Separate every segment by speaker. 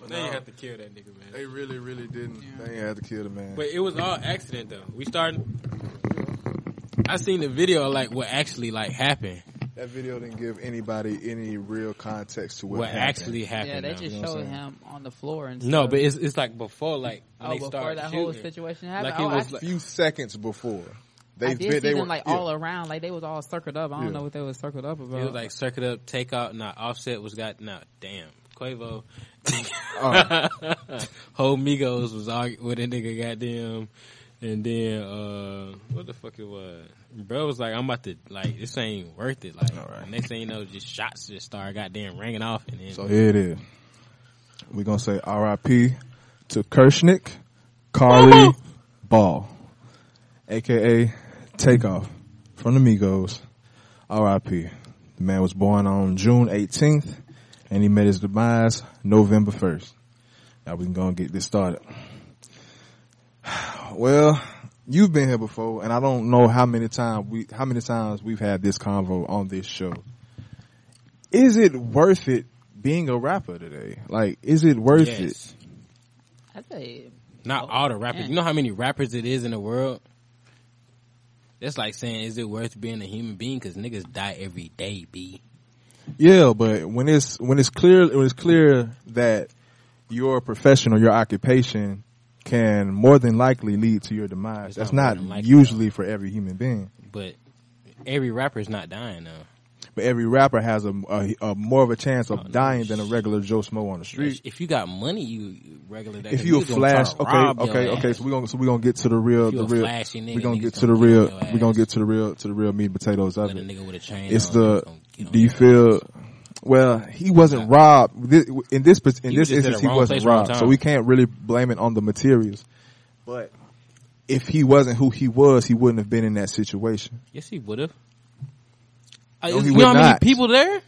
Speaker 1: But they
Speaker 2: No.
Speaker 1: didn't have to kill that nigga, man.
Speaker 2: They really, really didn't. They ain't had to kill the man.
Speaker 1: But it was all accident though. We started. I seen the video like what actually like happened.
Speaker 2: that video didn't give anybody any real context to what,
Speaker 1: What,
Speaker 2: happened.
Speaker 1: actually happened.
Speaker 3: yeah, they
Speaker 1: though.
Speaker 3: just
Speaker 2: know what I'm
Speaker 3: showed
Speaker 2: saying?
Speaker 3: him on the floor and stuff.
Speaker 1: no, but it's it's like before like when
Speaker 3: oh,
Speaker 1: they
Speaker 3: before
Speaker 1: started
Speaker 3: that whole
Speaker 1: shooting.
Speaker 3: situation happened,
Speaker 1: Like, it
Speaker 3: oh, I-
Speaker 1: was
Speaker 2: a few seconds before. They
Speaker 3: I did
Speaker 2: been-
Speaker 3: see
Speaker 2: they
Speaker 3: them
Speaker 2: were,
Speaker 3: like
Speaker 2: yeah.
Speaker 3: all around, like they was all circled up. I don't
Speaker 2: Yeah.
Speaker 3: know what they was circled up about.
Speaker 1: It was like circuit up, take out, not offset was got not damn. Quavo,
Speaker 2: Uh-huh.
Speaker 1: whole Migos was argu with a nigga goddamn, and then uh what the fuck it was? Bro was like, I'm about to like this ain't worth it. Like
Speaker 2: All right.
Speaker 1: next thing you know, just shots just started goddamn ringing off, and then
Speaker 2: So here it is. We're gonna say R.I.P. to Kershnick, Carly Ball, aka Takeoff from the Migos. R.I.P. The man was born on June 18th, and he met his demise November 1st. Now we can go and get this started. Well, you've been here before, and I don't know how many times we how many times we've had this convo on this show. Is it worth it being a rapper today? Like, is it worth it?
Speaker 1: yes.
Speaker 3: I say,
Speaker 1: not
Speaker 3: Oh,
Speaker 1: all the rappers.
Speaker 3: man.
Speaker 1: You know how many rappers it is in the world. That's like saying, is it worth being a human being? Because niggas die every day, b.
Speaker 2: Yeah, but when it's when it's clear when it's clear that your profession or your occupation can more than likely lead to your demise.
Speaker 1: It's
Speaker 2: That's
Speaker 1: not more
Speaker 2: not,
Speaker 1: than likely,
Speaker 2: usually for every human being,
Speaker 1: But every rapper's not dying though.
Speaker 2: but every rapper has a, a- a more of a chance of
Speaker 1: no
Speaker 2: dying than a regular Joe Smo on the street.
Speaker 1: If you got money, you regular. That
Speaker 2: if you a flash, okay, okay, okay. So we gonna so we gonna get to the real,
Speaker 1: If you
Speaker 2: the
Speaker 1: a
Speaker 2: real.
Speaker 1: flashy nigga,
Speaker 2: We gonna
Speaker 1: niggas
Speaker 2: get to the
Speaker 1: gonna get
Speaker 2: real.
Speaker 1: on your
Speaker 2: We gonna
Speaker 1: ass.
Speaker 2: get to the real to the real meat and potatoes of
Speaker 1: Let a
Speaker 2: it.
Speaker 1: nigga with a chain.
Speaker 2: It's
Speaker 1: on,
Speaker 2: the.
Speaker 1: niggas gonna get on
Speaker 2: Do
Speaker 1: your
Speaker 2: you
Speaker 1: ass.
Speaker 2: feel? Well, he wasn't robbed Thi- in this pers- in
Speaker 1: He was just
Speaker 2: this
Speaker 1: at
Speaker 2: instance.
Speaker 1: the
Speaker 2: He
Speaker 1: wrong
Speaker 2: wasn't
Speaker 1: place, wrong
Speaker 2: robbed, so
Speaker 1: time.
Speaker 2: we can't really blame it on the materials. But if he wasn't who he was, he wouldn't have been in that situation.
Speaker 1: Yes, he would have.
Speaker 2: No, he
Speaker 1: you
Speaker 2: would
Speaker 1: know how many
Speaker 2: not.
Speaker 1: people there?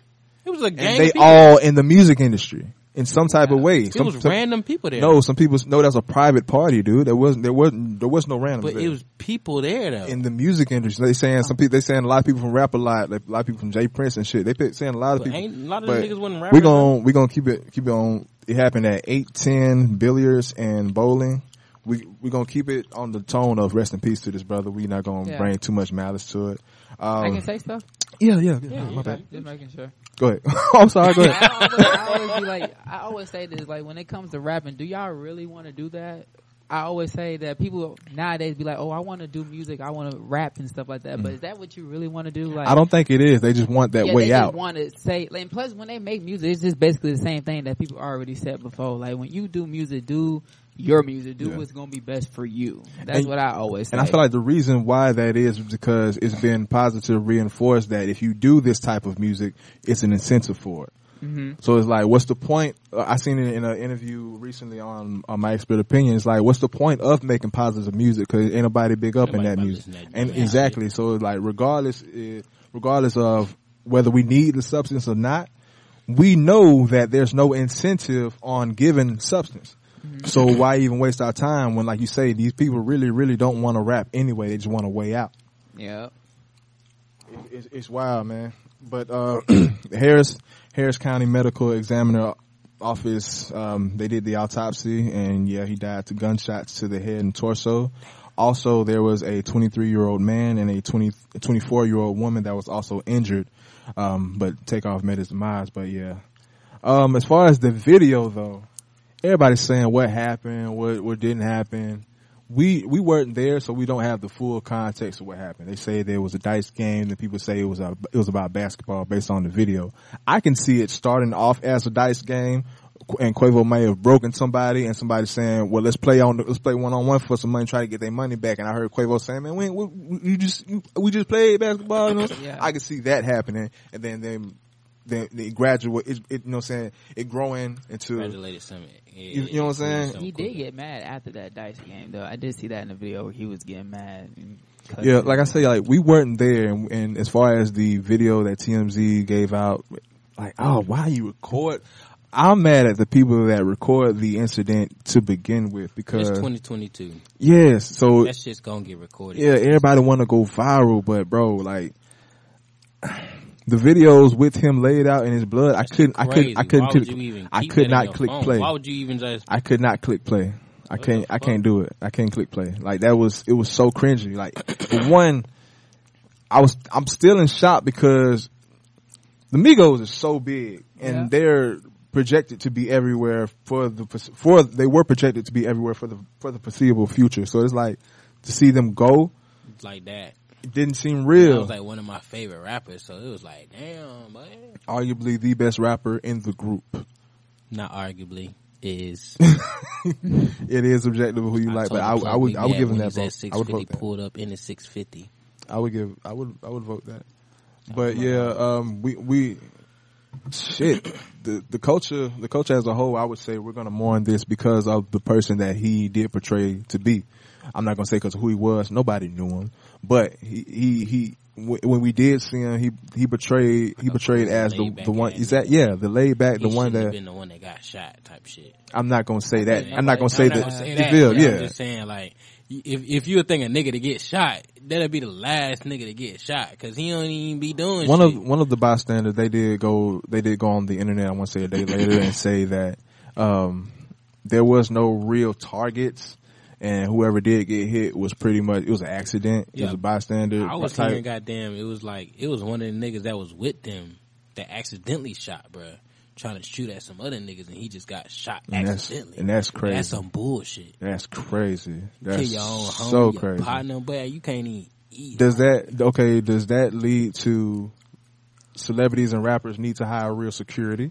Speaker 1: It was a gang.
Speaker 2: And they
Speaker 1: of people.
Speaker 2: all in the music industry in some type of way.
Speaker 1: It
Speaker 2: Some,
Speaker 1: was
Speaker 2: some-
Speaker 1: random people there.
Speaker 2: no, some people no. That's a private party, dude. There wasn't. There wasn't. There was no random.
Speaker 1: but
Speaker 2: there.
Speaker 1: it was Oh. people there though.
Speaker 2: in the music industry. They saying some people, they saying a lot of people from rap a lot, like a lot of people from Jay Prince and shit. They pick, saying a lot of
Speaker 1: But
Speaker 2: people.
Speaker 1: ain't a lot of
Speaker 2: but
Speaker 1: them niggas wasn't rappers.
Speaker 2: we gon' we gonna keep it keep it on. It happened at eight ten billiards and bowling. We we gonna keep it on the tone of rest in peace to this brother. We not gonna
Speaker 3: Yeah.
Speaker 2: bring too much malice to it. Um,
Speaker 3: I can say stuff.
Speaker 2: yeah, yeah, yeah,
Speaker 3: Yeah,
Speaker 2: Oh, My bad.
Speaker 3: Just making sure.
Speaker 2: Go ahead. Oh, I'm sorry. Go ahead.
Speaker 3: I always, I always be like, I always say this, like when it comes to rapping, do y'all really want to do that? I always say that people nowadays be like, oh, I want to do music, I want to rap and stuff like that. But is that what you really want to do? Like,
Speaker 2: I don't think it is. They just want that
Speaker 3: yeah,
Speaker 2: way
Speaker 3: they
Speaker 2: out.
Speaker 3: want to say, and plus when they make music, it's just basically the same thing that people already said before. Like when you do music, do your music, do
Speaker 2: Yeah.
Speaker 3: what's gonna be best for you. That's
Speaker 2: And-
Speaker 3: what I always say.
Speaker 2: And I feel like the reason why that is because it's been positive reinforced that if you do this type of music, it's an incentive for it. So it's like, what's the point? Uh, I seen it in an interview recently on, on my expert opinion. It's like, what's the point of making positive music? Cause ain't nobody big up
Speaker 1: Nobody
Speaker 2: in that
Speaker 1: about to
Speaker 2: music.
Speaker 1: listen to that
Speaker 2: And
Speaker 1: junk.
Speaker 2: exactly. So it's like, regardless, uh, regardless of whether we need the substance or not, we know that there's no incentive on giving substance. So why even waste our time when, like you say, these people really, really don't want to rap anyway. They just want to way out.
Speaker 3: yeah.
Speaker 2: It- It's, it's wild, man. But uh, Harris Harris County Medical Examiner Office, um, they did the autopsy, and yeah, he died to gunshots to the head and torso. Also, there was a 23 year old man and a 20, 24 year old woman that was also injured, um, but Takeoff met his demise. But yeah, um, as far as the video though, everybody's saying what happened, what what didn't happen. We we weren't there, so we don't have the full context of what happened. They say there was a dice game, and people say it was a, it was about basketball based on the video. I can see it starting off as a dice game, Qu- and Quavo may have broken somebody, and somebody saying, "Well, let's play on let's play one on one for some money, try to get their money back." And I heard Quavo saying, "Man, we, we, you just you, we just played basketball." You know?
Speaker 3: Yeah.
Speaker 2: I can see that happening, and then then then it graduate, it, it you know, what I'm saying it growing into
Speaker 1: Congratulated Summit. Yeah,
Speaker 2: You- you know what I'm saying?
Speaker 1: something
Speaker 3: He
Speaker 1: cool.
Speaker 3: did get mad after that dice game, though. I did see that in the video where he was getting mad. And cussing.
Speaker 2: Yeah, like I say, like we weren't there, and, and as far as the video that TMZ gave out, like, oh, why you record? I'm mad at the people that record the incident to begin with
Speaker 1: It's
Speaker 2: because
Speaker 1: 2022.
Speaker 2: yes, so
Speaker 1: That shit's gonna get recorded.
Speaker 2: yeah, everybody want to go viral, but bro, like, the videos with him laid out in his blood, I couldn't, I
Speaker 1: Crazy.
Speaker 2: couldn't, I couldn't,
Speaker 1: Why would
Speaker 2: click-
Speaker 1: you even
Speaker 2: I
Speaker 1: keep
Speaker 2: could
Speaker 1: that
Speaker 2: not
Speaker 1: in your
Speaker 2: click
Speaker 1: phone?
Speaker 2: play.
Speaker 1: Why would you even just?
Speaker 2: I could not click play. I can't,
Speaker 1: the
Speaker 2: I
Speaker 1: fuck?
Speaker 2: can't do it. I can't click play. Like that was, it was so cringy. Like for one, I was, I'm still in shock because the Migos is so big and
Speaker 3: Yeah.
Speaker 2: they're projected to be everywhere for the, for, they were projected to be everywhere for the, for the foreseeable future. So it's like to see them go,
Speaker 1: like that.
Speaker 2: it didn't seem
Speaker 1: That
Speaker 2: real.
Speaker 1: was like one of my favorite rappers, so it was like, damn, man.
Speaker 2: Arguably the best rapper in the group.
Speaker 1: Not arguably is.
Speaker 2: It is objective who you like, but
Speaker 1: told Plug
Speaker 2: I, I would
Speaker 1: Big
Speaker 2: I would
Speaker 1: Dad
Speaker 2: give him
Speaker 1: when
Speaker 2: that
Speaker 1: he was
Speaker 2: vote.
Speaker 1: at
Speaker 2: I would
Speaker 1: 650
Speaker 2: vote that.
Speaker 1: pulled up in the six fifty.
Speaker 2: I would give I would I would vote that. But yeah, um, we we shit the the culture the culture as a whole. I would say we're gonna mourn this because of the person that he did portray to be. I'm not gonna say because who he was. Nobody knew him, but he he he. wh- When we did see him, he he betrayed he betrayed as the
Speaker 1: laid-back
Speaker 2: the one.
Speaker 1: ass
Speaker 2: Is that yeah the laid back the
Speaker 1: He
Speaker 2: one
Speaker 1: shouldn't have
Speaker 2: that
Speaker 1: been the one that got shot type shit.
Speaker 2: I'm not gonna say that
Speaker 1: Yeah,
Speaker 2: I'm not gonna say
Speaker 1: not gonna
Speaker 2: that.
Speaker 1: say
Speaker 2: You feel,
Speaker 1: but I'm
Speaker 2: yeah.
Speaker 1: just saying like if if you think a nigga to get shot, that'll be the last nigga to get shot because he don't even be doing
Speaker 2: one
Speaker 1: shit.
Speaker 2: of one of the bystanders they did go they did go on the internet I want to say a day later and say that um, there was no real targets and whoever did get hit was pretty much it was an accident it was
Speaker 1: Yeah.
Speaker 2: a bystander
Speaker 1: I was
Speaker 2: type.
Speaker 1: hearing, goddamn, it was like it was one of the niggas that was with them that accidentally shot, bruh. Trying to shoot at some other niggas and he just got shot
Speaker 2: and that's
Speaker 1: accidentally.
Speaker 2: and that's crazy
Speaker 1: That's
Speaker 2: that's,
Speaker 1: some bullshit.
Speaker 2: crazy
Speaker 1: Kill
Speaker 2: that's
Speaker 1: your own homie,
Speaker 2: so
Speaker 1: your
Speaker 2: crazy
Speaker 1: partner, but you can't even eat.
Speaker 2: does that okay does that lead to celebrities and rappers need to hire real security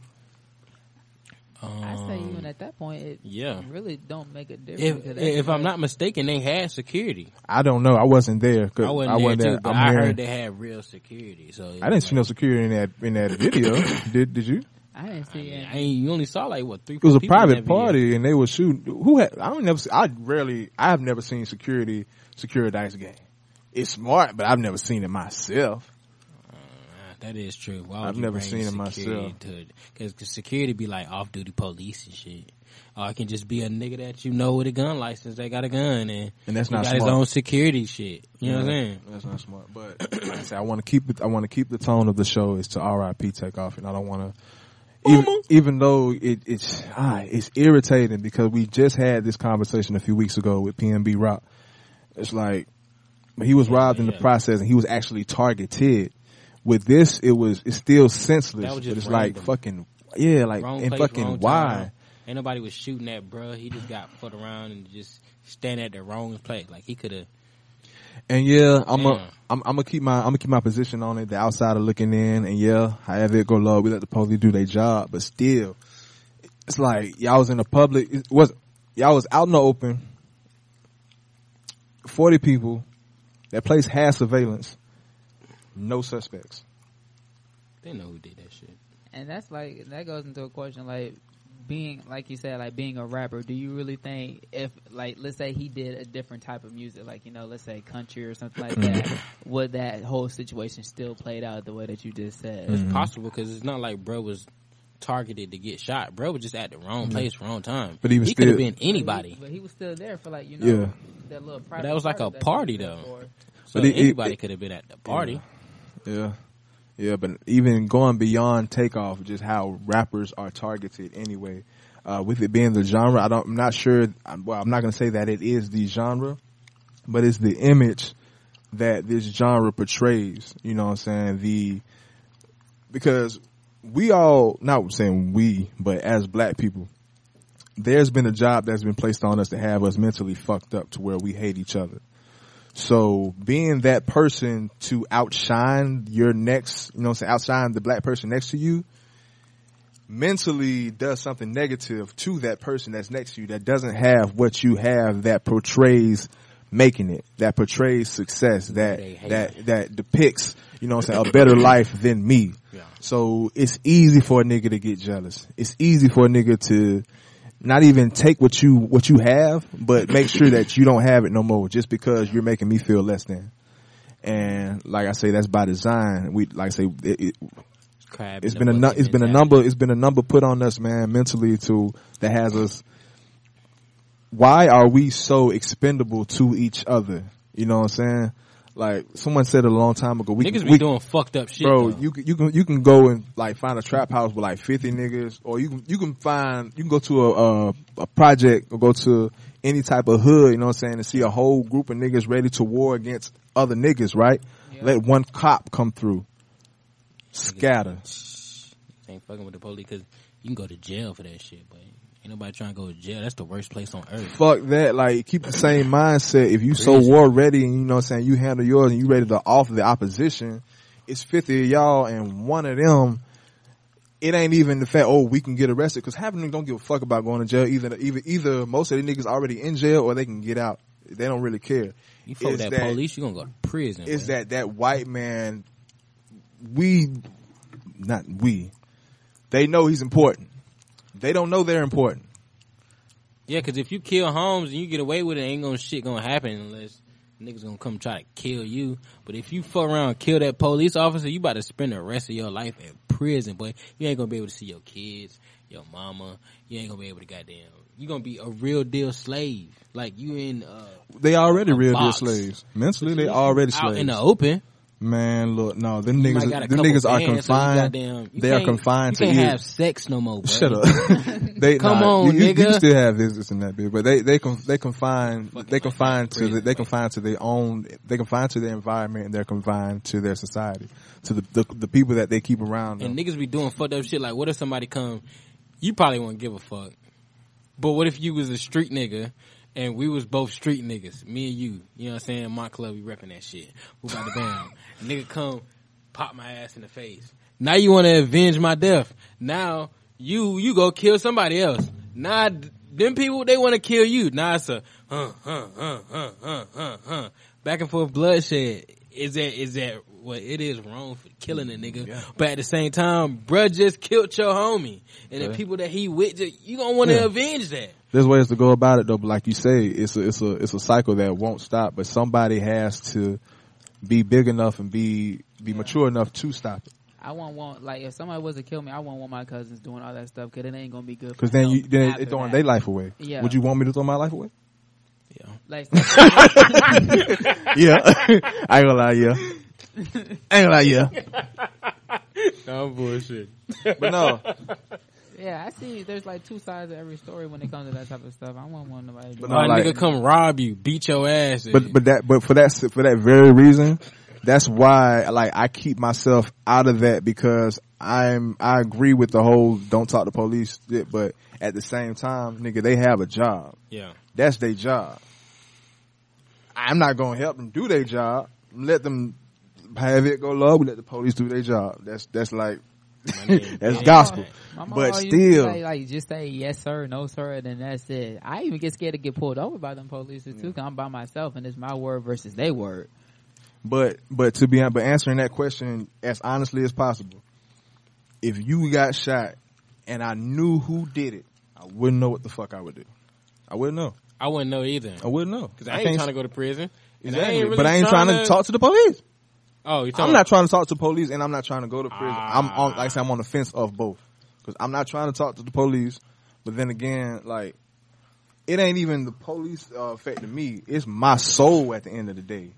Speaker 1: Um,
Speaker 3: I say even at that point, it
Speaker 1: yeah.
Speaker 3: really don't make a difference.
Speaker 1: If
Speaker 3: 'cause that's
Speaker 1: if I'm
Speaker 3: what-
Speaker 1: not mistaken, they had security.
Speaker 2: I don't know I wasn't there 'cause
Speaker 1: I wasn't, there, too, but
Speaker 2: I'm
Speaker 1: i
Speaker 2: hearing-
Speaker 1: heard they had real security. So
Speaker 2: I didn't see no security in that in that video did did you
Speaker 3: I didn't see it.
Speaker 1: I ain't, you only saw like what three.
Speaker 2: It was
Speaker 1: four
Speaker 2: a
Speaker 1: people in
Speaker 2: private
Speaker 1: that video.
Speaker 2: party, and they were shooting. Who had? I don't never. See, I rarely. I have never seen security secure a dice game. It's smart, but I've never seen it myself.
Speaker 1: That is true. Why would
Speaker 2: I've
Speaker 1: you
Speaker 2: never
Speaker 1: bring
Speaker 2: seen it
Speaker 1: security
Speaker 2: myself.
Speaker 1: to Because security be like off duty police and shit. Or it can just be a nigga that you know with a gun license that got a gun and,
Speaker 2: And that's
Speaker 1: he
Speaker 2: not
Speaker 1: got his
Speaker 2: smart.
Speaker 1: own security shit. You know what I'm saying?
Speaker 2: That's not smart. But like I said, I want to keep it. I want to keep the tone of the show is to R.I.P. Take off, and I don't want to. Even, even though it, it's ah, it's irritating because we just had this conversation a few weeks ago with PNB Rock. It's like he was robbed in the
Speaker 1: yeah.
Speaker 2: process, and he was actually targeted. With this, it was it's still senseless,
Speaker 1: That was
Speaker 2: but
Speaker 1: just
Speaker 2: it's
Speaker 1: random.
Speaker 2: like fucking yeah, like
Speaker 1: Wrong
Speaker 2: and
Speaker 1: place, wrong
Speaker 2: fucking why?
Speaker 1: time. Ain't nobody was shooting at bruh. He just got put around and just stand at the wrong place. Like he could have.
Speaker 2: And yeah, I'm
Speaker 1: Damn.
Speaker 2: a, I'm, I'm gonna keep my, I'm gonna keep my position on it. The outsider looking in, and yeah, however it go low, we let the police do their job, but still, it's like y'all was in the public, it was y'all was out in the open, forty people, that place had surveillance, no suspects.
Speaker 1: They know who did that shit.
Speaker 3: And that's like that goes into a question like being like you said like being a rapper. Do you really think if like let's say he did a different type of music like you know let's say country or something like that, would that whole situation still played out the way that you just said?
Speaker 2: Mm-hmm.
Speaker 1: It's possible because it's not like bruh was targeted to get shot. Bruh was just at the wrong place, wrong time.
Speaker 2: Mm-hmm. But he was
Speaker 1: could have
Speaker 2: still-
Speaker 1: been anybody.
Speaker 3: but he was still there for like you know
Speaker 2: Yeah.
Speaker 3: that little. Private
Speaker 1: But that was like a
Speaker 3: party that he
Speaker 1: party
Speaker 3: was there
Speaker 1: though.
Speaker 3: for.
Speaker 1: So
Speaker 2: But it- it-
Speaker 1: anybody
Speaker 2: it-
Speaker 1: could have been at the party.
Speaker 2: Yeah. Yeah, but even going beyond takeoff, just how rappers are targeted anyway, uh, with it being the genre, I don't, I'm not sure, I'm, well, I'm not going to say that it is the genre, but it's the image that this genre portrays, you know what I'm saying? The, because we all, not saying we, but as black people, there's been a job that's been placed on us to have us mentally fucked up to where we hate each other. So being that person to outshine your next, you know, what I'm saying, outshine the black person next to you, mentally does something negative to that person that's next to you that doesn't have what you have that portrays making it, that portrays success, that
Speaker 1: They hate
Speaker 2: that that depicts, you know, what I'm saying a better life than me.
Speaker 1: Yeah.
Speaker 2: So it's easy for a nigga to get jealous. It's easy for a nigga to not even take what you what you have, but make sure that you don't have it no more just because you're making me feel less than. And like I say, that's by design. We like I say, it, it,
Speaker 1: Crab
Speaker 2: it's
Speaker 1: in
Speaker 2: been
Speaker 1: the
Speaker 2: a nu-
Speaker 1: bucket
Speaker 2: it's been a
Speaker 1: mentality.
Speaker 2: number it's been a number put on us, man, mentally to that has us. Why are we so expendable to each other? You know what I'm saying? Like someone said it a long time ago, we
Speaker 1: Niggas
Speaker 2: can,
Speaker 1: be
Speaker 2: we,
Speaker 1: doing fucked up shit.
Speaker 2: bro,
Speaker 1: though.
Speaker 2: you can, you can you can go and like find a trap house with like fifty niggas, or you can you can find you can go to a a, a project or go to any type of hood, you know what I'm saying, and see a whole group of niggas ready to war against other niggas, right?
Speaker 3: Yeah.
Speaker 2: Let one cop come through, scatter.
Speaker 1: ain't fucking with the police because you can go to jail for that shit. But ain't nobody trying to go to jail. That's the worst place on earth.
Speaker 2: Fuck that. Like keep the same mindset. If you so
Speaker 1: Crazy.
Speaker 2: war ready and you know what I'm saying, you handle yours and you ready to off the opposition, it's 50 of y'all and one of them, it ain't even the fact, oh, we can get arrested. Cause half of them don't give a fuck about going to jail. Either, either, either most of the niggas already in jail or they can get out. They don't really care.
Speaker 1: You fuck with
Speaker 2: Is
Speaker 1: that,
Speaker 2: that-
Speaker 1: police, you gonna go to prison.
Speaker 2: It's
Speaker 1: bruh.
Speaker 2: that, that white man, we, not we, they know he's important. They don't know they're important.
Speaker 1: Yeah, because if you kill Holmes and you get away with it, ain't gonna shit gonna happen unless niggas gonna come try to kill you. But if you fuck around and kill that police officer, you about to spend the rest of your life in prison, boy. You ain't gonna be able to see your kids, your mama. You ain't gonna be able to goddamn. You gonna be a real deal slave. Like you in uh,
Speaker 2: They already real deal
Speaker 1: box.
Speaker 2: slaves. Mentally, they already
Speaker 1: out
Speaker 2: slaves.
Speaker 1: in the open.
Speaker 2: Man, look, no, them
Speaker 1: You might
Speaker 2: niggas,
Speaker 1: got a
Speaker 2: them
Speaker 1: couple
Speaker 2: niggas are
Speaker 1: fans, so you
Speaker 2: confined.
Speaker 1: goddamn- you
Speaker 2: they are
Speaker 1: can't-
Speaker 2: confined
Speaker 1: You
Speaker 2: to
Speaker 1: can't have
Speaker 2: years.
Speaker 1: sex no more. Bro.
Speaker 2: Shut up. they,
Speaker 1: Come
Speaker 2: nah,
Speaker 1: on,
Speaker 2: you, you, you
Speaker 1: nigga.
Speaker 2: still have visits in that bitch, but they they con- they confine
Speaker 1: Fucking
Speaker 2: they
Speaker 1: like
Speaker 2: confine
Speaker 1: that
Speaker 2: to the,
Speaker 1: prison,
Speaker 2: they
Speaker 1: like-
Speaker 2: confine to their own they confine to their environment and they're confined to their society to the the, the people that they keep around. Them.
Speaker 1: And niggas be doing fucked up shit. Like, what if somebody come? You probably won't give a fuck. But what if you was a street nigga and we was both street niggas, me and you? You know what I'm saying? My club, we repping that shit. We about to bam. nigga come, pop my ass in the face. Now you want to avenge my death. Now you you go kill somebody else. Now th- them people they want to kill you. Now it's a huh huh huh huh huh huh huh back and forth bloodshed. Is that is that what it is wrong for killing a nigga? But at the same time, bruh just killed your homie and the people that he with. Just, you gonna want to
Speaker 2: Yeah.
Speaker 1: avenge that.
Speaker 2: There's ways to go about it though, but like you say, it's a it's a it's a cycle that won't stop. But somebody has to be big enough and be be mature enough to stop it.
Speaker 3: I won't want like if somebody was to kill me, I won't want my cousins doing all that stuff because it ain't gonna be good.
Speaker 2: Because then you then
Speaker 3: after
Speaker 2: it throwing
Speaker 3: that.
Speaker 2: their life away.
Speaker 3: Yeah.
Speaker 2: Would you want me to throw my life away?
Speaker 3: like
Speaker 2: yeah. I ain't gonna lie, yeah. I ain't gonna lie, yeah.
Speaker 1: No bullshit.
Speaker 2: But no,
Speaker 3: yeah, I see. There's like two sides of every story when it comes to that type of stuff. I won't want nobody.
Speaker 2: But
Speaker 3: But
Speaker 2: no,
Speaker 1: My
Speaker 2: like-
Speaker 1: nigga come rob you, beat your ass.
Speaker 2: but but that but for that for that very reason, that's why like I keep myself out of that because I'm I agree with the whole don't talk to police shit, but at the same time, nigga, they have a job.
Speaker 1: yeah,
Speaker 2: That's their job. I'm not gonna help them do their job. Let them have it go low. We let the police do their job. That's that's like
Speaker 1: nigga,
Speaker 2: that's
Speaker 1: yeah.
Speaker 2: gospel.
Speaker 3: my mom
Speaker 2: but
Speaker 3: always used to
Speaker 2: still-
Speaker 3: say, like just say yes sir, no sir, and then that's it. I even get scared to get pulled over by them police too. Cause I'm by myself and it's my word versus their word.
Speaker 2: But but to be but answering that question as honestly as possible, if you got shot and I knew who did it, I wouldn't know what the fuck I would do. I wouldn't know.
Speaker 1: I wouldn't know either.
Speaker 2: Oh, I wouldn't know.
Speaker 1: Cause I, ain't trying to go to prison. And I ain't
Speaker 2: Exactly.
Speaker 1: really
Speaker 2: but I ain't trying to talk to the police.
Speaker 1: Oh, you
Speaker 2: I'm not trying to talk to police, and I'm not trying to go to prison. I'm on,
Speaker 1: Ah.
Speaker 2: like I said, I'm on the fence of both because I'm not trying to talk to the police. But then again, like it ain't even the police uh, affecting me; it's my soul at the end of the day.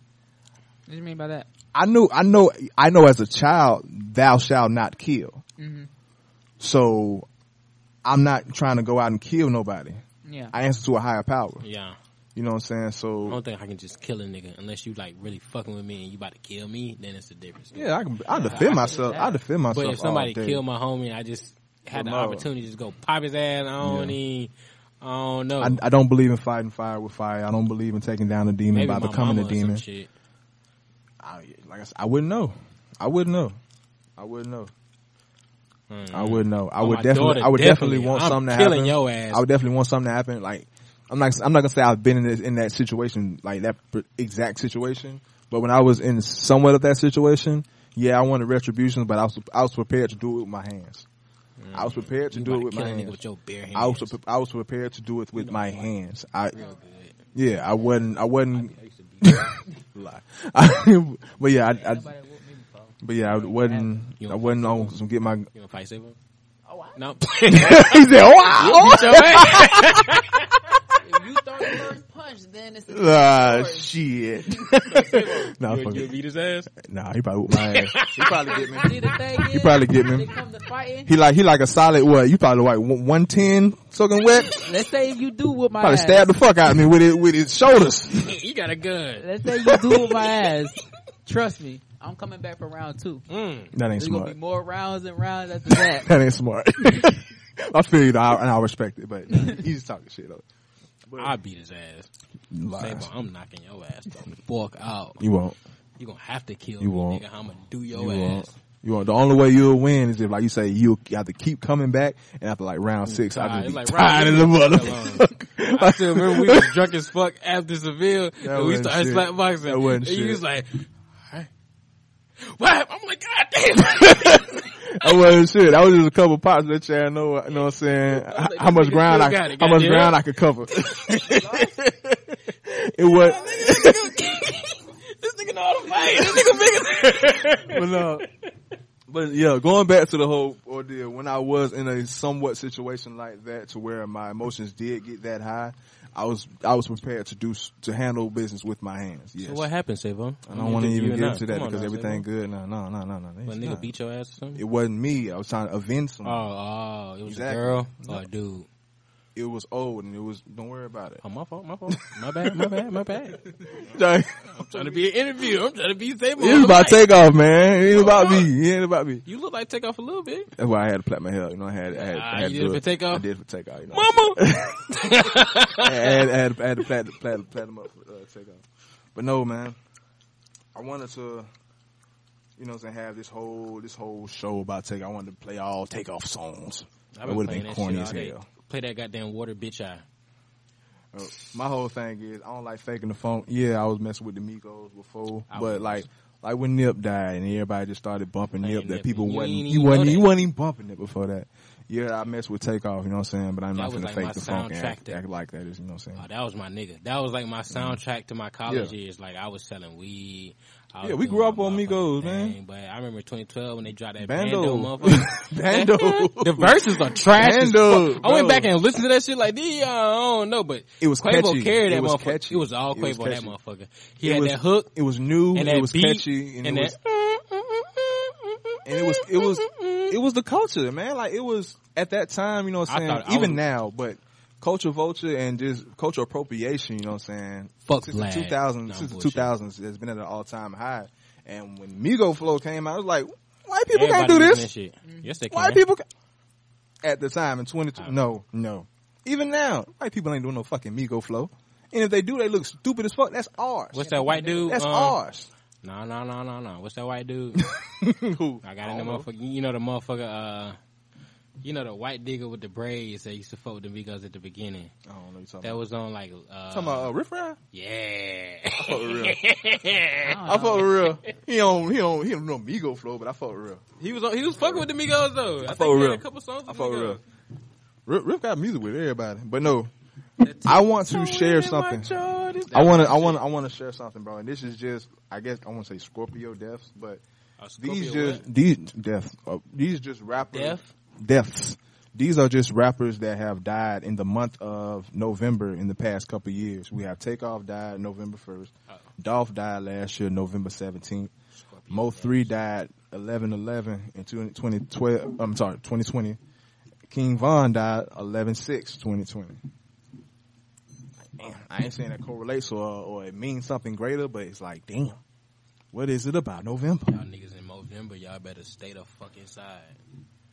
Speaker 3: What do you mean by that?
Speaker 2: I knew, I know, I know. As a child, thou shalt not kill.
Speaker 1: Mm-hmm.
Speaker 2: So I'm not trying to go out and kill nobody.
Speaker 3: Yeah,
Speaker 2: I answer to a higher power.
Speaker 1: Yeah.
Speaker 2: You know what I'm saying?
Speaker 1: I
Speaker 2: So
Speaker 1: don't think I can just kill a nigga unless you like really fucking with me and you about to kill me. Then it's the difference.
Speaker 2: yeah, I can. I defend myself. I defend myself.
Speaker 1: But if somebody
Speaker 2: all day.
Speaker 1: killed my homie, and I just had the
Speaker 2: Well, no.
Speaker 1: opportunity to just go pop his ass. I don't
Speaker 2: Yeah.
Speaker 1: even, I don't know.
Speaker 2: I, I don't believe in fighting fire with fire. I don't believe in taking down a demon
Speaker 1: Maybe
Speaker 2: by
Speaker 1: my
Speaker 2: becoming
Speaker 1: mama
Speaker 2: a
Speaker 1: or some
Speaker 2: demon.
Speaker 1: shit.
Speaker 2: I, like I said, I wouldn't know. I wouldn't know. I wouldn't know.
Speaker 1: Mm.
Speaker 2: I wouldn't know. I
Speaker 1: Oh,
Speaker 2: would
Speaker 1: my
Speaker 2: definitely.
Speaker 1: daughter,
Speaker 2: I would definitely,
Speaker 1: definitely.
Speaker 2: want
Speaker 1: I'm
Speaker 2: something to
Speaker 1: killing
Speaker 2: happen.
Speaker 1: your ass.
Speaker 2: I would definitely want something to happen. Like I'm not. I'm not gonna say I've been in this, in that situation, like that pr- exact situation. But when I was in somewhat of that situation, yeah, I wanted retribution, but I was I was prepared to do it with my hands. I was prepared
Speaker 1: Mm.
Speaker 2: to
Speaker 1: You
Speaker 2: do
Speaker 1: about
Speaker 2: it with
Speaker 1: kill
Speaker 2: my
Speaker 1: a nigga
Speaker 2: hands.
Speaker 1: with your bare hands.
Speaker 2: I was pre- I was prepared to do it with my hands. I
Speaker 1: Real good.
Speaker 2: yeah, I wasn't. I wasn't.
Speaker 1: I used to be-
Speaker 2: lie. I, but yeah, I, I,
Speaker 3: Nobody whooped me before.
Speaker 2: but yeah, I wasn't. I wasn't on some get my. he
Speaker 1: You know, fight saber.
Speaker 3: Oh, I,
Speaker 1: No.
Speaker 2: said, "Oh, wow."
Speaker 1: Get your ass.
Speaker 3: if you throw the first punch, then this.
Speaker 2: Ah, shit. nah,
Speaker 1: You,
Speaker 2: fuck
Speaker 1: you
Speaker 2: it.
Speaker 1: beat his ass.
Speaker 2: Nah, he probably whooped my ass.
Speaker 4: He probably did me.
Speaker 3: See, the thing is,
Speaker 2: probably get me.
Speaker 3: when it comes to fighting,
Speaker 2: He like he like a solid what? You probably like one ten soaking wet.
Speaker 3: let's say you do with my
Speaker 2: Probably
Speaker 3: ass.
Speaker 2: stabbed the fuck out of me with it with his shoulders.
Speaker 1: He got a gun.
Speaker 3: Let's say you do with my ass. Trust me, I'm coming back for round two.
Speaker 1: Mm.
Speaker 2: That ain't
Speaker 3: There's gonna
Speaker 2: smart.
Speaker 3: be more rounds and rounds after that.
Speaker 2: That ain't smart. I feel you, though, I- and I respect it, but he's talking shit though.
Speaker 1: I beat his ass. Say, "Boy, I'm knocking your ass the fuck out.
Speaker 2: You won't.
Speaker 1: You gonna have to kill
Speaker 2: You
Speaker 1: me,
Speaker 2: won't.
Speaker 1: nigga. I'm gonna do your
Speaker 2: You
Speaker 1: ass.
Speaker 2: won't. You won't. The only way you'll win is if, like you say, you have to keep coming back, and after like round six, I
Speaker 1: tired.
Speaker 2: just be
Speaker 1: It's like,
Speaker 2: tired of the
Speaker 1: Rob, leave me
Speaker 2: motherfucker.
Speaker 1: I still remember we was drunk as fuck after Seville,
Speaker 2: That
Speaker 1: and we
Speaker 2: wasn't
Speaker 1: started
Speaker 2: shit.
Speaker 1: slap boxing.
Speaker 2: That wasn't
Speaker 1: and you
Speaker 2: shit.
Speaker 1: was like, "Alright." "What?" I'm like, "God damn!"
Speaker 2: I wasn't shit. I was just a couple pops. Let y'all know, you know what I'm saying? How, how much ground I,
Speaker 1: Got it,
Speaker 2: how much
Speaker 1: goddamn.
Speaker 2: ground I could cover. it was,
Speaker 1: this nigga know how to fight. This nigga bigger.
Speaker 2: but no. But yeah, going back to the whole ordeal, when I was in a somewhat situation like that, to where my emotions did get that high, I was I was prepared to do s- to handle business with my hands. Yes,
Speaker 1: What happened, Savon?
Speaker 2: I don't want to even get into that because everything good. No, no, no, no, no.
Speaker 1: But
Speaker 2: it's
Speaker 1: nigga
Speaker 2: not.
Speaker 1: beat your ass or something.
Speaker 2: It wasn't me. I was trying to avenge
Speaker 1: Oh,
Speaker 2: someone.
Speaker 1: oh, it was
Speaker 2: Exactly.
Speaker 1: a girl. Oh, dude.
Speaker 2: it was old, and it was. Don't worry about it.
Speaker 1: Oh, my fault. My fault. My bad. My bad. My bad.
Speaker 2: it
Speaker 1: I'm trying to be an interview. I'm trying to be Savon.
Speaker 2: was about takeoff, man. It ain't about me. It ain't about me.
Speaker 1: You look like take off a little bit.
Speaker 2: That's why I had to plait my hair. You know, I had. I had,
Speaker 1: Ah,
Speaker 2: I had
Speaker 1: you
Speaker 2: to
Speaker 1: did
Speaker 2: do
Speaker 1: it for takeoff?
Speaker 2: I did it for takeoff. You know,
Speaker 1: Mama.
Speaker 2: I had, I had, I had to plat, plat, plat them up for uh, takeoff. But no, man, I wanted to, you know, what I'm saying, have this whole this whole show about take. I wanted to play all takeoff songs.
Speaker 1: I've
Speaker 2: That
Speaker 1: been
Speaker 2: would've
Speaker 1: playing
Speaker 2: been
Speaker 1: that
Speaker 2: corny
Speaker 1: shit
Speaker 2: as
Speaker 1: all day.
Speaker 2: hell.
Speaker 1: Play that goddamn water, bitch. I.
Speaker 2: Uh, My whole thing is I don't like faking the funk. Yeah, I was messing with the Migos before,
Speaker 1: I
Speaker 2: but
Speaker 1: was.
Speaker 2: like like when Nip died and everybody just started bumping
Speaker 1: Playing
Speaker 2: Nip, that
Speaker 1: Nip.
Speaker 2: people
Speaker 1: You
Speaker 2: wasn't
Speaker 1: ain't
Speaker 2: you
Speaker 1: even
Speaker 2: wasn't
Speaker 1: know
Speaker 2: you
Speaker 1: that.
Speaker 2: wasn't even bumping it before that. Yeah, I messed with Takeoff, you know what I'm saying, but I'm
Speaker 1: That
Speaker 2: not
Speaker 1: was
Speaker 2: gonna
Speaker 1: like my
Speaker 2: fake the funk and
Speaker 1: soundtrack
Speaker 2: act,
Speaker 1: that-
Speaker 2: act like that is you know what I'm saying.
Speaker 1: Oh, that was my nigga. That was like my soundtrack to my college
Speaker 2: Mm. Yeah.
Speaker 1: years. Like I was selling weed. I was
Speaker 2: Yeah, we
Speaker 1: doing
Speaker 2: grew
Speaker 1: my
Speaker 2: up on
Speaker 1: motherfucking
Speaker 2: Migos, man.
Speaker 1: thing, But I remember 2012 when they dropped that Bando,
Speaker 2: Bando,
Speaker 1: motherfucker.
Speaker 2: Bando,
Speaker 1: the verses are trash. as
Speaker 2: Bando,
Speaker 1: fuck. I went
Speaker 2: bro.
Speaker 1: back and listened to that shit. Like, "Dee, uh, I don't know, but
Speaker 2: It was
Speaker 1: Quavo
Speaker 2: catchy.
Speaker 1: carried that
Speaker 2: It was
Speaker 1: motherfucker.
Speaker 2: catchy.
Speaker 1: It was all
Speaker 2: It was
Speaker 1: Quavo that
Speaker 2: catchy.
Speaker 1: motherfucker. He
Speaker 2: It
Speaker 1: had
Speaker 2: was-
Speaker 1: that hook
Speaker 2: It was new,
Speaker 1: and that
Speaker 2: it was
Speaker 1: beat
Speaker 2: catchy, and,
Speaker 1: and
Speaker 2: it was
Speaker 1: that.
Speaker 2: and it was it was it was the culture, man. Like it was at that time, you know what I'm
Speaker 1: I
Speaker 2: saying?
Speaker 1: thought I
Speaker 2: Even
Speaker 1: was-
Speaker 2: now, but culture vulture and just cultural appropriation, you know what I'm saying?
Speaker 1: Fuck
Speaker 2: since the
Speaker 1: Vlad.
Speaker 2: 2000
Speaker 1: No,
Speaker 2: since the
Speaker 1: bullshit.
Speaker 2: 2000s has been at an all-time high. And when Migo Flow came out, I was like, white people
Speaker 1: Everybody
Speaker 2: can't do
Speaker 1: was
Speaker 2: this.
Speaker 1: in that Shit. Yes, they
Speaker 2: White
Speaker 1: can.
Speaker 2: people ca- at the time in 22
Speaker 1: Oh.
Speaker 2: no, no. Even now, white people ain't doing no fucking Migo Flow. And if they do, they look stupid as fuck. That's ours.
Speaker 1: What's that white dude?
Speaker 2: That's
Speaker 1: um,
Speaker 2: ours.
Speaker 1: No, no, no, no, no. What's that white dude?
Speaker 2: Who?
Speaker 1: I got in the
Speaker 2: don't know.
Speaker 1: motherfucker. You know the motherfucker. Uh, you know the white digger with the braids that used to fuck with the Migos at the beginning.
Speaker 2: I don't know what you're talking
Speaker 1: That
Speaker 2: about.
Speaker 1: was on like. Uh,
Speaker 2: Talking about uh, Riff Raff?
Speaker 1: yeah.
Speaker 2: Oh, real.
Speaker 3: don't
Speaker 2: I
Speaker 3: know.
Speaker 2: fuck with real. He don't he don't he don't know Migo flow, but I fuck with real.
Speaker 1: he was on, he was fucking with the Migos though. I,
Speaker 2: fuck
Speaker 1: think
Speaker 2: with
Speaker 1: he had
Speaker 2: real.
Speaker 1: a couple songs.
Speaker 2: I
Speaker 1: With
Speaker 2: fuck with real.
Speaker 1: Migos.
Speaker 2: Rip, Rip got music with everybody, but no, I want to share something. I want to I want to I want to share something, bro. And this is just I guess I want to say Scorpio deaths, but
Speaker 1: Oh, Scorpio
Speaker 2: these
Speaker 1: what?
Speaker 2: just these deaths uh, these just rappers
Speaker 1: Death?
Speaker 2: deaths. These are just rappers that have died in the month of November in the past couple years. We have Takeoff died November first.
Speaker 1: Uh-oh.
Speaker 2: Dolph died last year November seventeenth.
Speaker 1: Scorpio
Speaker 2: Mo
Speaker 1: death.
Speaker 2: three died 11-11 in 20- 2012. I'm sorry, twenty twenty. King Von died 11-6, 2020. Damn, I ain't saying that correlates or or it means something greater, but it's like, damn, what is it about
Speaker 1: Y'all
Speaker 2: November?
Speaker 1: niggas in November, y'all better stay the fuck inside.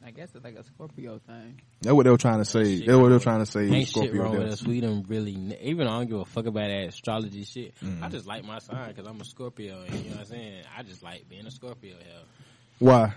Speaker 3: I guess it's like a Scorpio thing.
Speaker 2: That's what they were trying to say.
Speaker 1: shit
Speaker 2: That's what
Speaker 1: wrong
Speaker 2: they were
Speaker 1: with-
Speaker 2: trying to say.
Speaker 1: Ain't shit
Speaker 2: Scorpio
Speaker 1: wrong with
Speaker 2: deaths.
Speaker 1: us. We don't really, even though I don't give a fuck about that astrology shit.
Speaker 2: Mm.
Speaker 1: I just like my sign because I'm a Scorpio. And you know what I'm saying? I just like being a Scorpio. Hell,
Speaker 2: Why?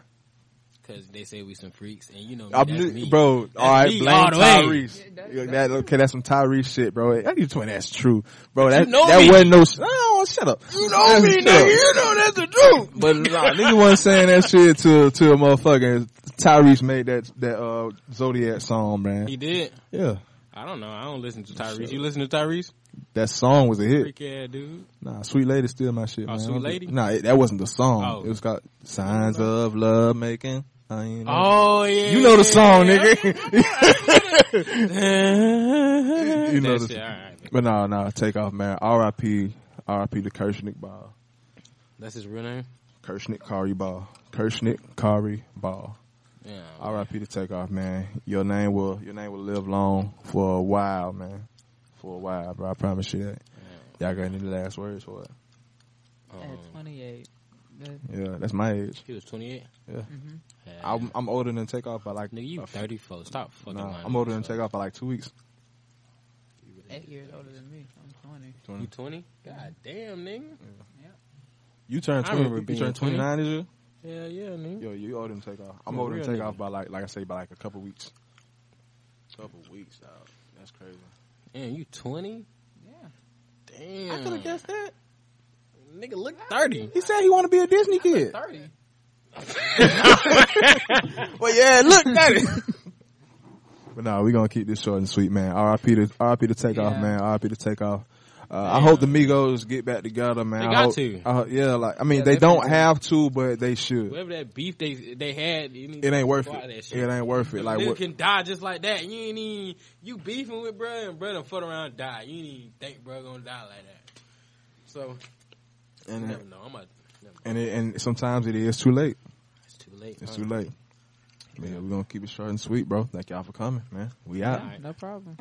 Speaker 1: Because they say we some freaks, and you know, me,
Speaker 2: I'm
Speaker 1: that's
Speaker 2: li-
Speaker 1: me.
Speaker 2: bro. all right,
Speaker 1: me
Speaker 2: blame
Speaker 1: all the way.
Speaker 2: Tyrese.
Speaker 3: Yeah, that's-
Speaker 2: Yeah, that-
Speaker 3: that's-
Speaker 2: okay, that's some Tyrese shit, bro. I need to tell you that's true, bro. That
Speaker 1: you know
Speaker 2: that
Speaker 1: me.
Speaker 2: wasn't no. Sh- oh, shut up. You know me, nigga. You know that's the truth. But nah, nigga wasn't saying that shit to to a motherfucker. Tyrese made that that uh Zodiac song, man.
Speaker 1: He did.
Speaker 2: Yeah,
Speaker 1: I don't know. I don't listen to Tyrese. You listen to Tyrese?
Speaker 2: that song was a hit.
Speaker 1: Freak ass dude.
Speaker 2: Nah, Sweet Lady still my shit,
Speaker 1: Oh,
Speaker 2: man.
Speaker 1: Sweet
Speaker 2: I don't
Speaker 1: Lady?
Speaker 2: think- Nah, it, that wasn't the song.
Speaker 1: Oh.
Speaker 2: It was called Signs of Love Making. I ain't know.
Speaker 1: Oh yeah.
Speaker 2: You know the song,
Speaker 1: yeah, yeah.
Speaker 2: nigga.
Speaker 1: you
Speaker 2: know
Speaker 1: know
Speaker 2: the-
Speaker 1: shit. All right,
Speaker 2: But no, no, take off, man. R.I.P. R.I.P. to Kershnick Ball.
Speaker 1: That's his real name.
Speaker 2: Kershnick Kari Ball. Kershnick Kari Ball.
Speaker 1: Yeah.
Speaker 2: R.I.P. to take off, man. Your name will your name will live long for a while, man. For a while, bro. I promise you that. Y'all got any last words for it?
Speaker 1: Um,
Speaker 3: At 28. That-
Speaker 2: Yeah, that's my age.
Speaker 1: he was 28.
Speaker 2: Yeah.
Speaker 3: mhm.
Speaker 2: I'm, I'm older than Takeoff by like.
Speaker 1: Nigga, you
Speaker 2: a f-
Speaker 1: 34. Stop fucking
Speaker 2: nah,
Speaker 1: lying.
Speaker 2: I'm older than Takeoff by like two weeks.
Speaker 3: Eight years older than me. I'm 20.
Speaker 1: You 20? God damn, nigga.
Speaker 2: You turned
Speaker 1: I
Speaker 2: 20.
Speaker 1: remember
Speaker 2: You
Speaker 1: being
Speaker 2: turned
Speaker 1: 20.
Speaker 2: 29 this year.
Speaker 1: Hell yeah, nigga.
Speaker 2: Yo, you older than Takeoff. I'm
Speaker 1: Yeah,
Speaker 2: older than
Speaker 1: real
Speaker 2: Takeoff
Speaker 1: nigga.
Speaker 2: by like, like I say, by like a couple weeks. Couple weeks, dog. That's crazy.
Speaker 1: Damn, you 20?
Speaker 3: Yeah.
Speaker 1: Damn.
Speaker 2: I could have guessed that.
Speaker 1: Nigga, look 30.
Speaker 2: He said he want to be a Disney kid.
Speaker 3: 30.
Speaker 2: Well, yeah, look at it. But no, we're gonna keep this short and sweet, man. R.I.P. to R.I.P. to take off,
Speaker 3: Yeah.
Speaker 2: man. R.I.P. to take off. Uh, I hope the Migos get back together, man.
Speaker 1: They
Speaker 2: I
Speaker 1: got
Speaker 2: hope-
Speaker 1: to.
Speaker 2: I hope- yeah, like I mean,
Speaker 3: Yeah,
Speaker 2: they
Speaker 3: they
Speaker 2: don't
Speaker 3: really-
Speaker 2: have to, but they should.
Speaker 1: Whatever that beef they they had, you need
Speaker 2: It ain't worth
Speaker 1: to go out of that
Speaker 2: it.
Speaker 1: shit.
Speaker 2: It ain't worth it. Like
Speaker 1: nigga
Speaker 2: what?
Speaker 1: can die just like that. You ain't even you beefing with bruh and bruh done foot around and die. You ain't even think bruh gonna die like that. So you
Speaker 2: And,
Speaker 1: never know. I'm about never know.
Speaker 2: and it, and sometimes it is too late.
Speaker 1: It's too late.
Speaker 2: It's
Speaker 1: huh?
Speaker 2: too late. Man, we're gonna keep it short and sweet, bro. Thank y'all for coming, man. We out.
Speaker 1: Alright.
Speaker 3: No problem.